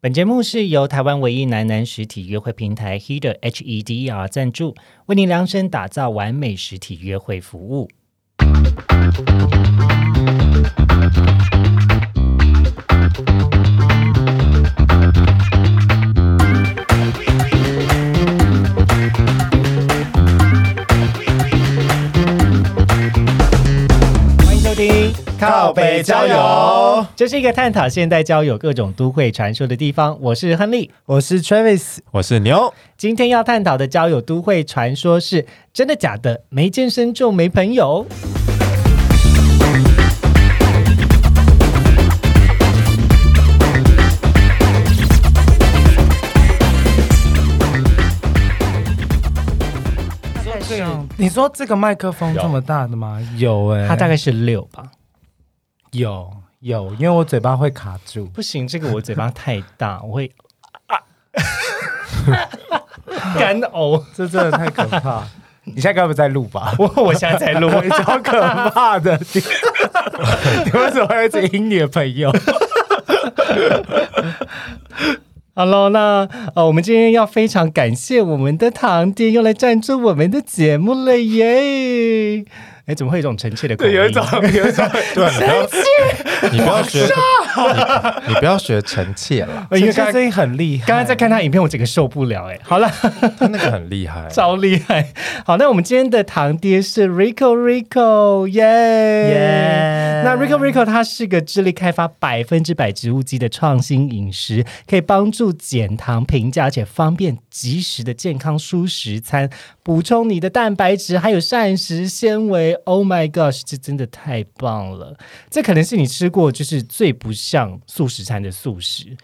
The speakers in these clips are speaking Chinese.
本节目是由台湾唯一男男实体约会平台 Heder H E D E R 赞助，为您量身打造完美实体约会服务。欢迎收听靠北交友，这是一个探讨现代交友各种都会传说的地方。我是亨利，我是 Travis，我是牛。今天要探讨的交友都会传说是真的假的？没健身就没朋友？这样，你说这个麦克风这么大的吗？有哎、它大概是六吧？有有，因为我嘴巴会卡住。不行，这个我嘴巴太大，我会啊 干呕。这真的太可怕！ 你现在该不会在录吧？我我现在在 录，我超可怕 的！你你为什么会一直赢你的朋友？好喽，那呃，我们今天要非常感谢我们的堂弟又来赞助我们的节目了耶！哎，怎么会有一种臣妾的口音？有一种对，啊你不要，你不要学，你你不要学臣妾了，呃，因为因为刚声刚音很厉害。刚刚在看他影片，我整个受不了哎。好了，他那个很厉害。超厉害。好，那我们今天的堂爹是 Rico Rico，耶耶！那 Rico Rico 他是个致力开发百分之百植物基的创新饮食，可以帮助减糖平价，而且方便及时的健康蔬食餐，补充你的蛋白质还有膳食纤维。Oh my gosh，这真的太棒了！这可能是你吃过就是最不像素食餐的素食。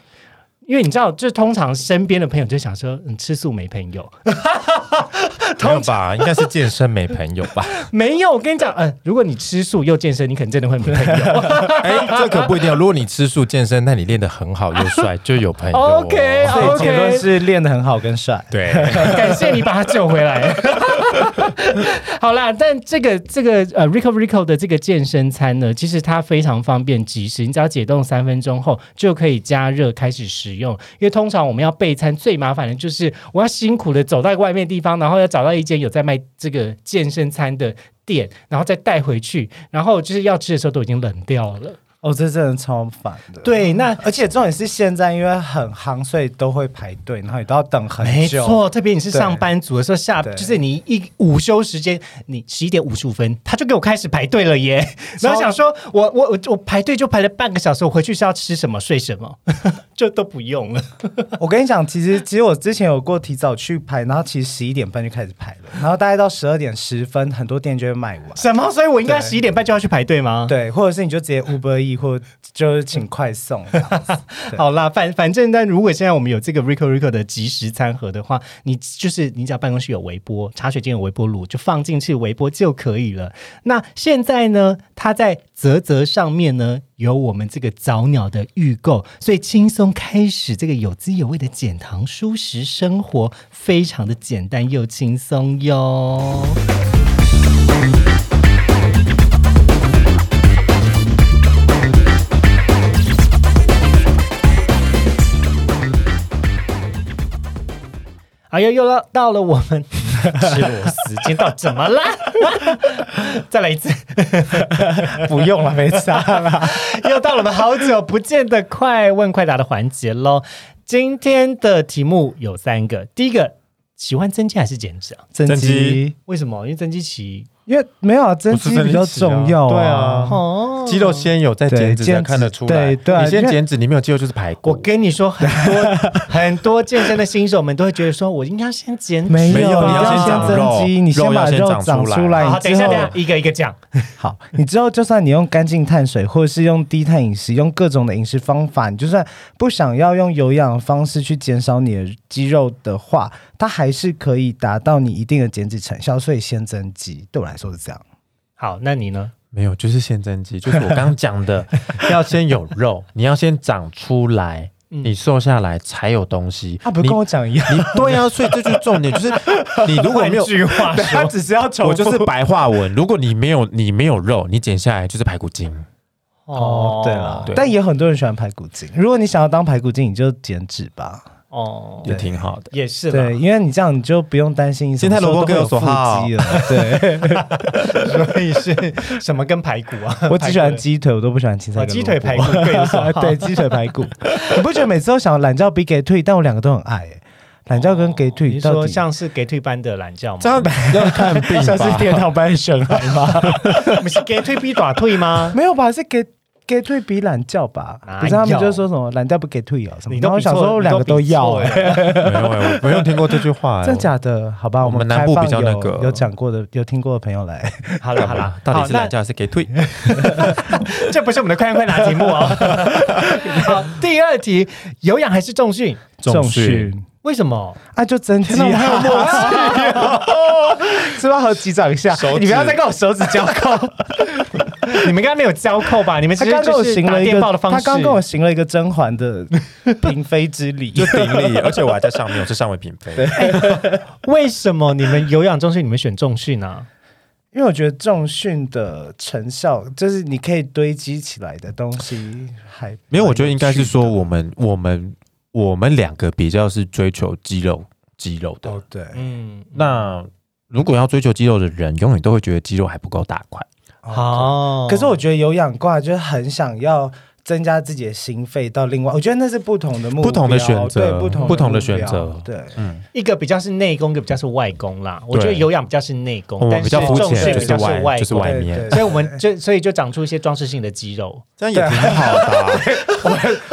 因为你知道，就是通常身边的朋友就想说，嗯，吃素没朋友，没有吧？应该是健身没朋友吧？没有，我跟你讲，嗯、如果你吃素又健身，你可能真的会没朋友。哎，这可不一定哦。如果你吃素健身，那你练得很好又帅，就有朋友哦。 OK，所以 OK 结论是练得很好跟帅。对，哦感谢你把他救回来。 好啦，但这个这个呃，Rico Rico 的这个健身餐呢，其实它非常方便及时，你只要解冻三分钟后就可以加热开始食用。因为通常我们要备餐最麻烦的就是我要辛苦的走到外面地方，然后要找到一间有在卖这个健身餐的店，然后再带回去，然后就是要吃的时候都已经冷掉了。哦，这真的超烦的。，对，那而且重点是现在因为很夯，所以都会排队，然后你都要等很久。没错，特别你是对上班族的时候，下对就是你一午休时间，你十一点五十五分，他就给我开始排队了耶。然后想说，我我我我排队就排了半个小时，我回去是要吃什么睡什么， 就都不用了。 我跟你讲，其实其实我之前有过提早去排，然后其实十一点半就开始排了，然后大概到十二点十分，很多店就会卖完。嗯什么？所以我应该对十一点半就要去排队吗？。对，或者是你就直接 Uber E，或就是请快送。 对 好啦，反反正，但如果现在我们有这个 Rico Rico 的即时餐盒的话，你就是你只要办公室有微波，茶水间有微波炉，就放进去微波就可以了。那现在呢，它在泽泽上面呢有我们这个早鸟的预购，所以轻松开始这个有滋有味的减糖舒适生活，非常的简单又轻松哟。哎呦，又到到了我们 吃螺丝，今天到底怎么啦？ 再来一次。不 用了，没啊差了。 又到了我们好久不见的快问快答的环节喽。今天的题目有三个，第一个喜欢增肌还是减脂啊？增增肌肌，为什么？因为增肌期因为没有啊增不是肌增比较肌啊重要、对啊。啊哦肌肉先有再对减脂减才脂看得出来。对对啊你先因为减脂，你没有肌肉就是排我骨。跟你说，很多很多健身的新手们都会觉得说，我应该先减脂。啊没没有有，你你要先先长增肉肌，你肉先要把先肉长长出出来来。好，你等一之下，后等一下，一个一个讲。好，你之后就算你用干净碳水，或者是用低碳饮食，用各种的饮食方法，你就算不想要用有氧的方式去减少你的肌肉的话，它还是可以达到你一定的减脂成效。所以先增肌，对我来说是这样。好，那你呢？没有，就是先增肌，就是我刚刚讲 的，要先有肉，你要先长出来，嗯你瘦下来才有东西。他不是你跟我讲一样，你对啊，所以这就是重点，就是你如果没有 换，句话他说，只是要重复。我就是白话文，如果你没有你没有肉，你减下来就是排骨精。哦，对了对，啊但也很多人喜欢排骨精。如果你想要当排骨精，你就减脂吧。哦，也挺好的。也是啦对，因为你这样你就不用担心心态萝卜各有所好肌了。对， 所以是什么跟排骨啊？ 我只喜欢排骨鸡腿，我都不喜欢青菜哦跟鸡腿排萝骨卜。各有所好。 对，鸡腿排骨，你不觉得每次都想要懒觉比给退，但我两个都很爱、欸。懒觉跟给哦你退到说 底像是 gay 退班的懒觉吗？这样要看病像是吧？天堂般的神来吗？我们是 gay 退逼短退吗？ 没有吧，是给给退比懒觉吧？哪有不是他们就说什么懒觉不给退哦什么，你然都后我比想错说了两个都要、你都比欸，错了没有哎、我没有听过这句话、哎真假的？好吧，我们们南开部放比较有那个有讲过的、有听过的朋友来， 好了好了，到好底是懒觉还是给退？那这不是我们的快问快答题目哦。好，第二题，有氧还是重训？ 重训视为什么？啊，就增肌、天哪啊，默契、 是不是和击掌一下？你不要再跟我手指交扣， 你们刚刚没有交扣吧？你们他其实刚跟我就是行打了一电个，报的方他式。刚跟我行了一个甄嬛 的嫔妃之礼，就顶礼，而且我还在上面，我是上位嫔妃。为什么你们有氧重训，你们选重训啊？因为我觉得重训的成效，就是你可以堆积起来的东西还蛮没有，我觉得应该是说有趣我们我们我们两个比较是追求肌肉肌肉的的。哦，对，嗯，那如果要追求肌肉的人，永远都会觉得肌肉还不够大块。哦好。对可是我觉得有氧挂就是很想要增加自己的心肺到另外，我觉得那是不同的目标，不同的选择对，不同不同的目标选择对。嗯，一个比较是内功，一个比较是外功啦。我觉得有氧比较是内功我，们但比是较肤重浅，训就比是较是外外就是功。外对面 对，所以我们就所以就长出一些装饰性的肌肉，这样也挺好的啊、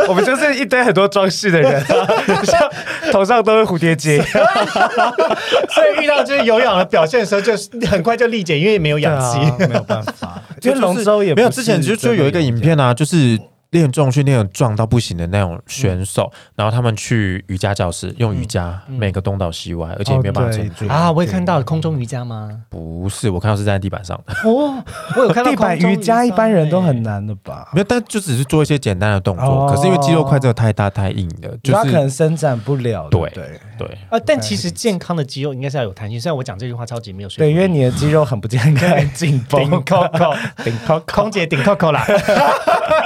我们就是一堆很多装饰的人、啊 像头上都是蝴蝶结， 啊所以遇到就是有氧的表现的时候，就是很快就力解，因为没有氧气。对啊没有办法。因为是龙舟也不没有，是之前就就真的有一个影片啊，就是练重训练壮到不行的那嗯种选手，然后他们去瑜伽教室用瑜伽，每个东倒西歪，而且也没有办法撑住。嗯哦对啊，我也看到了空中瑜伽吗？不是，我看到是站在地板上的， 哦，我有看到地板空中瑜伽，一般人都很欸。难的吧？没有，但就只是做一些简单的动作。哦可是因为肌肉块真的太大太硬了，就他可是能伸展不了，对对不对 对，呃，但其实健康的肌肉应该是要有弹性。虽然我讲这句话超级没有说对，服因为你的肌肉很不健康，紧 顶绷， Coco，顶扣空姐顶 Coco 啦。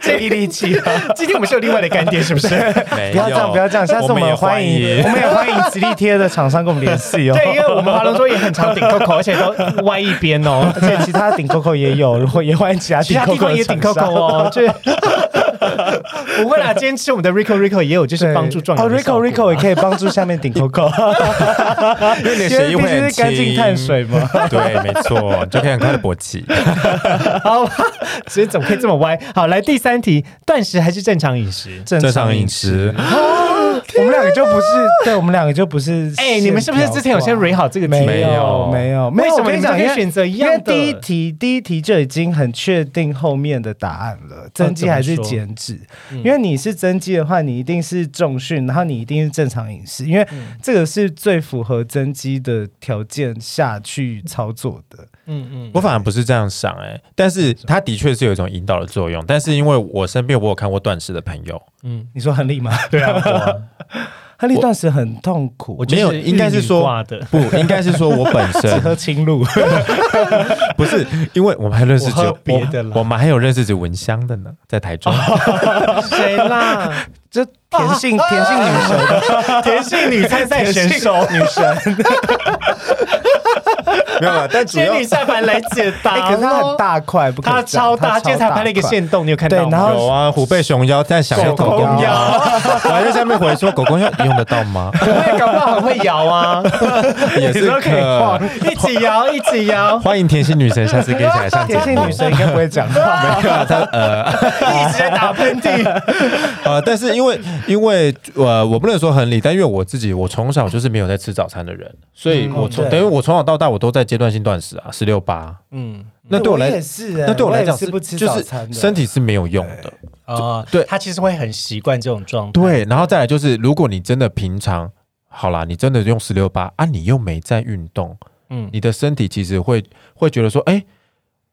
这一力气。啊今天我们是有另外的干爹， 是不是？不不要这样，不要这样，下哎次我们欢 迎，我们也欢迎吉利贴的厂商跟我们联系哦。对，因为我们华龙说也很常顶 Coco，而且都歪一边哦。 而且其他顶 Coco 也有，如果也欢迎其他其顶他地 Coco 方的啊也顶厂 Coco 商哦， 就是 不会啦。今天吃我们的 Rico Rico 也有就是对帮助壮哦阳的效果，Rico 啦啊 Rico 也可以帮助下面顶 Coco，因为你的因血液为毕会竟很是干净清碳。水嘛。对，没错，你就可以很快的勃起。 好吧，所以怎么可以这么歪？好，来第三题，断食还是正常饮食？正正常饮，食，我们两个就不是，对我们两个就不是。哎、你们是不是之前有先蕊好这个题目没有没有没为有，什我么跟你们都你讲，可因以为选择一因为样的？第一题第一题就已经很确定后面的答案了，增哦肌还是减脂？嗯因为你是增肌的话，你一定是重训，然后你一定是正常饮食，因为这个是最符合增肌的条件下去操作的。嗯嗯，我反而不是这样想哎、但是它的确是有一种引导的作用。但是因为我身边我有看过断食的朋友，你说亨利吗？对 啊，亨利断食很痛苦，我没有，应该是说挂的。不，应该是说我本 只身喝清嗯露。不是，因为我们还认识只我有喝别的啦哦我，我们还有认识只蚊香的呢，在台中。谁 啦？就甜性啊甜性女 神，田姓女参赛选手，女 神， 没有啦，啊但主要仙女下凡来解答、哎，可是她很，大块，不可她这样超大，她今天才拍了一个块线动，你有看到吗？对然后有啊，虎背熊腰在想要狗狗狗公腰， 腰我还在下面回说狗公腰用得到 吗？我也搞不好很会摇啊，也是都可以晃一起摇，一起摇，欢迎甜心女神，下次可以一起 来上节甜目。性女神应该不会讲话。 没有啊，她呃。一直在打喷嚏。 呃，但是因为因为呃，我不能说很理，但因为我自己，我从小就是没有在吃早餐的人，所以我从、嗯对等于我从小到大我都在阶段性断食啊，十六八。嗯，那对我来，也是欸，那对我来也讲是不吃就早是餐的，身体是没有用的。哦，对他其实会很习惯这种状态。对，然后再来就是，如果你真的平常好啦，你真的用十六八啊，你又没在运动，嗯，你的身体其实会会觉得说，哎、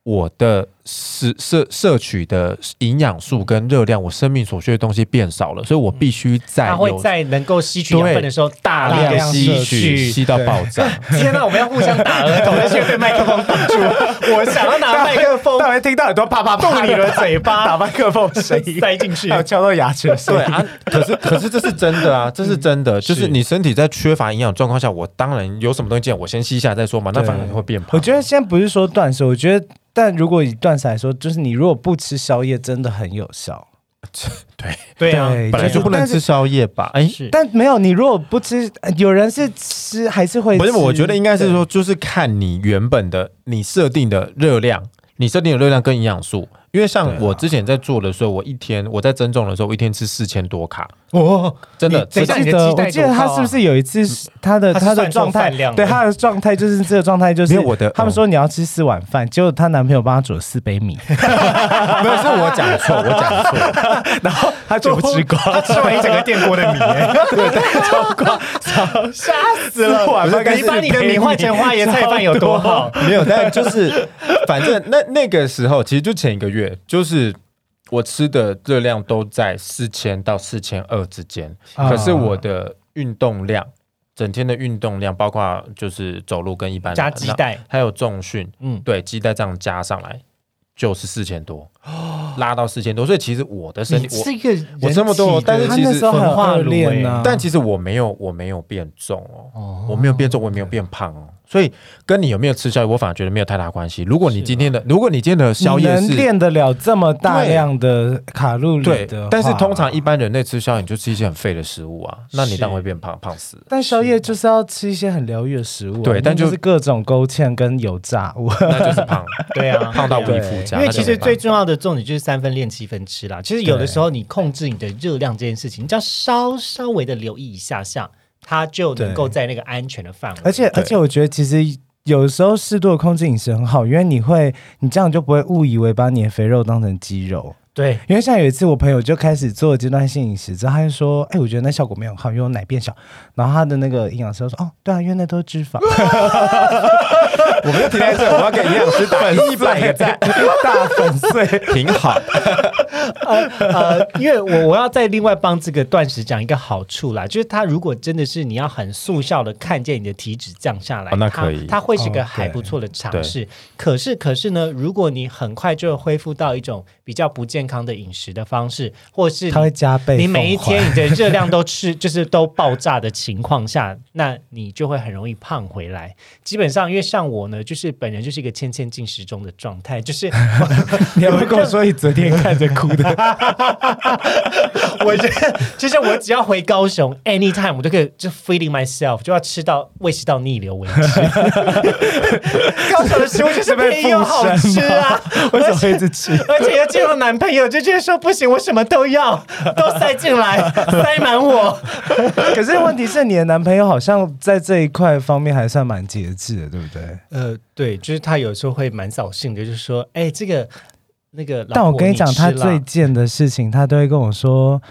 我的摄摄摄取的营养素跟热量，我生命所需的东西变少了，所以我必须在它会有在能够吸取养对分的时候大大量量吸吸取，取。吸到爆炸。天哪、我们要互相打额头，但是被麦克风挡住。我想要拿麦克风大家听到很多啪啪啪动你的嘴巴，打麦克风的声音，塞进去还。有敲到牙齿的 声对音。啊，可是可是这是真的啊，这是真的，就是是你身体在缺乏营养状况下，我当然有什么东西进来，我先吸一下再说嘛，那对反而会变胖。我觉得现在不是说断食，我觉得，但如果以断食来说，就是你如果不吃宵夜，真的很有效。对啊，对本来就不能但是吃宵夜吧？哎，是但没有你，如果不吃，呃有人是吃还是会不吃。是，我觉得应该是说，就是看你原本的你设定的热量，你设定的热量跟营养素。因为像啊我之前在做的时候，我一天我在增重的时候，我一天吃四千多卡，哦，真的你等一下记你的得，基带我记得多高他啊是不是有一次是他的他是他的算错状态饭量，了对他的状态就是这个状态就是没有我的他们说你要吃四碗饭，结果她男朋友帮她煮了四杯米，没有是我讲错，我讲错，然后她全部吃光，他吃完一整个电锅的米、欸，吓死了！四碗饭跟你把你的米换成花椰菜饭有多好？没有，但就是反正那那个时候，其实就前一个月，就是我吃的热量都在四千到四千二之间，啊可是我的运动量，整天的运动量，包括就是走路跟一般人加鸡蛋，还有重训，嗯嗯，对，鸡蛋这样加上来就是四千多，拉到四千多，所以其实我的身体我。个我这么多但是她其那实时候很焚化恶炉劣欸呢，但其实我没有，我没有变重哦，我没有变重，我也没有变胖哦，所以跟你有没有吃宵夜，我反而觉得没有太大关系。如果你今天的，如果你今天的宵你夜能是练得了这么大量的卡路里对的话，但是通常一般人类吃宵夜，你就吃一些很废的食物啊，那你当然会变胖，胖死了。但宵夜就是要吃一些很疗愈的食物啊，对但就就是各种勾芡跟油炸物。那就是胖，对啊，胖到无以对复加。因为那其就实没办法最重要的重点就是三分练七分吃啦。其实有的时候你控制你的热量这件事情，你只要稍稍微的留意一下下，它就能够在那个安全的范围。而且而且，我觉得其实有时候适度的控制饮食很好，因为你会，你这样就不会误以为把你的肥肉当成肌肉。对，因为像有一次，我朋友就开始做阶段性饮食之后，他就说：“哎、我觉得那效果没有很好，因为我奶变小。”然后他的那个营养师就说：“哦，对啊，因为那都是 脂肪。我们就停在这，我要给营养师 打一百个赞，大粉碎，挺好。呃，因为我我要再另外帮这个断食讲一个好处啦，就是它如果真的是你要很速效的看见你的体脂降下来，哦那它可以它会是个哦还对不错的尝试。可是可是呢，如果你很快就恢复到一种比较不健康的饮食的方式，或是”他会加倍。你每一天，你的热量都吃， 就是都爆炸的情况下，那你就会很容易胖回来。基本上，因为像我呢，就是本人就是一个欠欠进食中的状态，就是 你还会跟我说你昨天看着哭的？ 我就就是我只要回高雄，anytime 我都可以就 feeding myself，就要吃到胃食道逆流为止。 高雄的食物 就是便宜又好吃啊， 为什么会一 直吃？而且又见到男朋友，就觉得说不行，我什么都要，都塞进来，塞满我。可是问题是，你的男朋友好像在这一块方面还算蛮节制的，对不对？呃，对，就是他有时候会蛮扫兴的，就是说，哎、这个那个，但我跟你你讲，吃他啦最 贱的事情，他都会跟我说。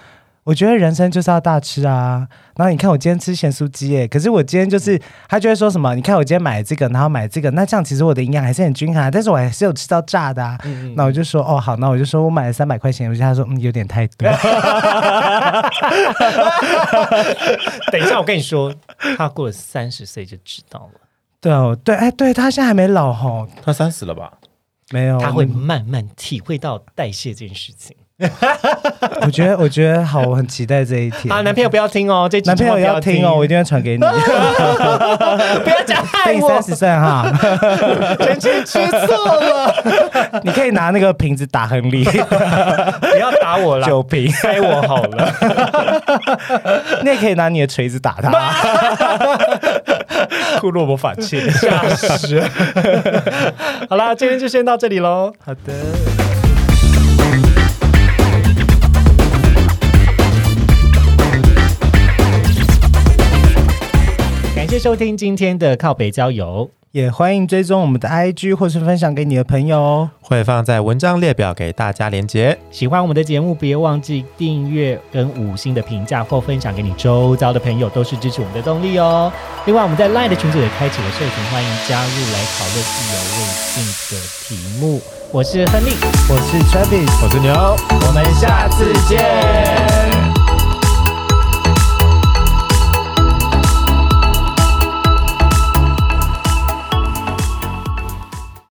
我觉得人生就是要大吃啊！然后你看我今天吃咸酥鸡耶，可是我今天就是他就会说什么？你看我今天买这个，然后买这个，那这样其实我的营养还是很均衡啊，但是我还是有吃到炸的啊。嗯那我就说哦好，那我就说我买了三百块钱，我就他说嗯有点太 多，等一下，我跟你说，他过了三十岁就知道了，对哦对哎对他现在还没老吼，他三十了吧？没有他会慢慢体会到代谢这件事情。我觉得我觉得好，我很期待这一 天。啊，男朋友不要听 哦，这集男朋千万友不要要听哦，我一定会传给 你。 不要讲害对，我三，十岁哈，全全吃 错了，你可以拿那个瓶子打亨利不要打我啦，酒 瓶，拍我好了。你也可以拿你的锤子打他。 库洛魔法器。 吓死！ 好啦，今天就先到这里喽。好的。感谢收听今天的靠北郊游，也欢迎追踪我们的 IG，或是分享给你的朋友哦。会放在文章列表给大家连接。喜欢我们的节目，别忘记订阅跟五星的评价或分享给你周遭的朋友，都是支持我们的动力哦。另外，我们在 LINE 的群组也开启了社群，欢迎加入来讨论意犹未尽。性的题目。我是亨利，我是 Travis，我是牛。我们下次见。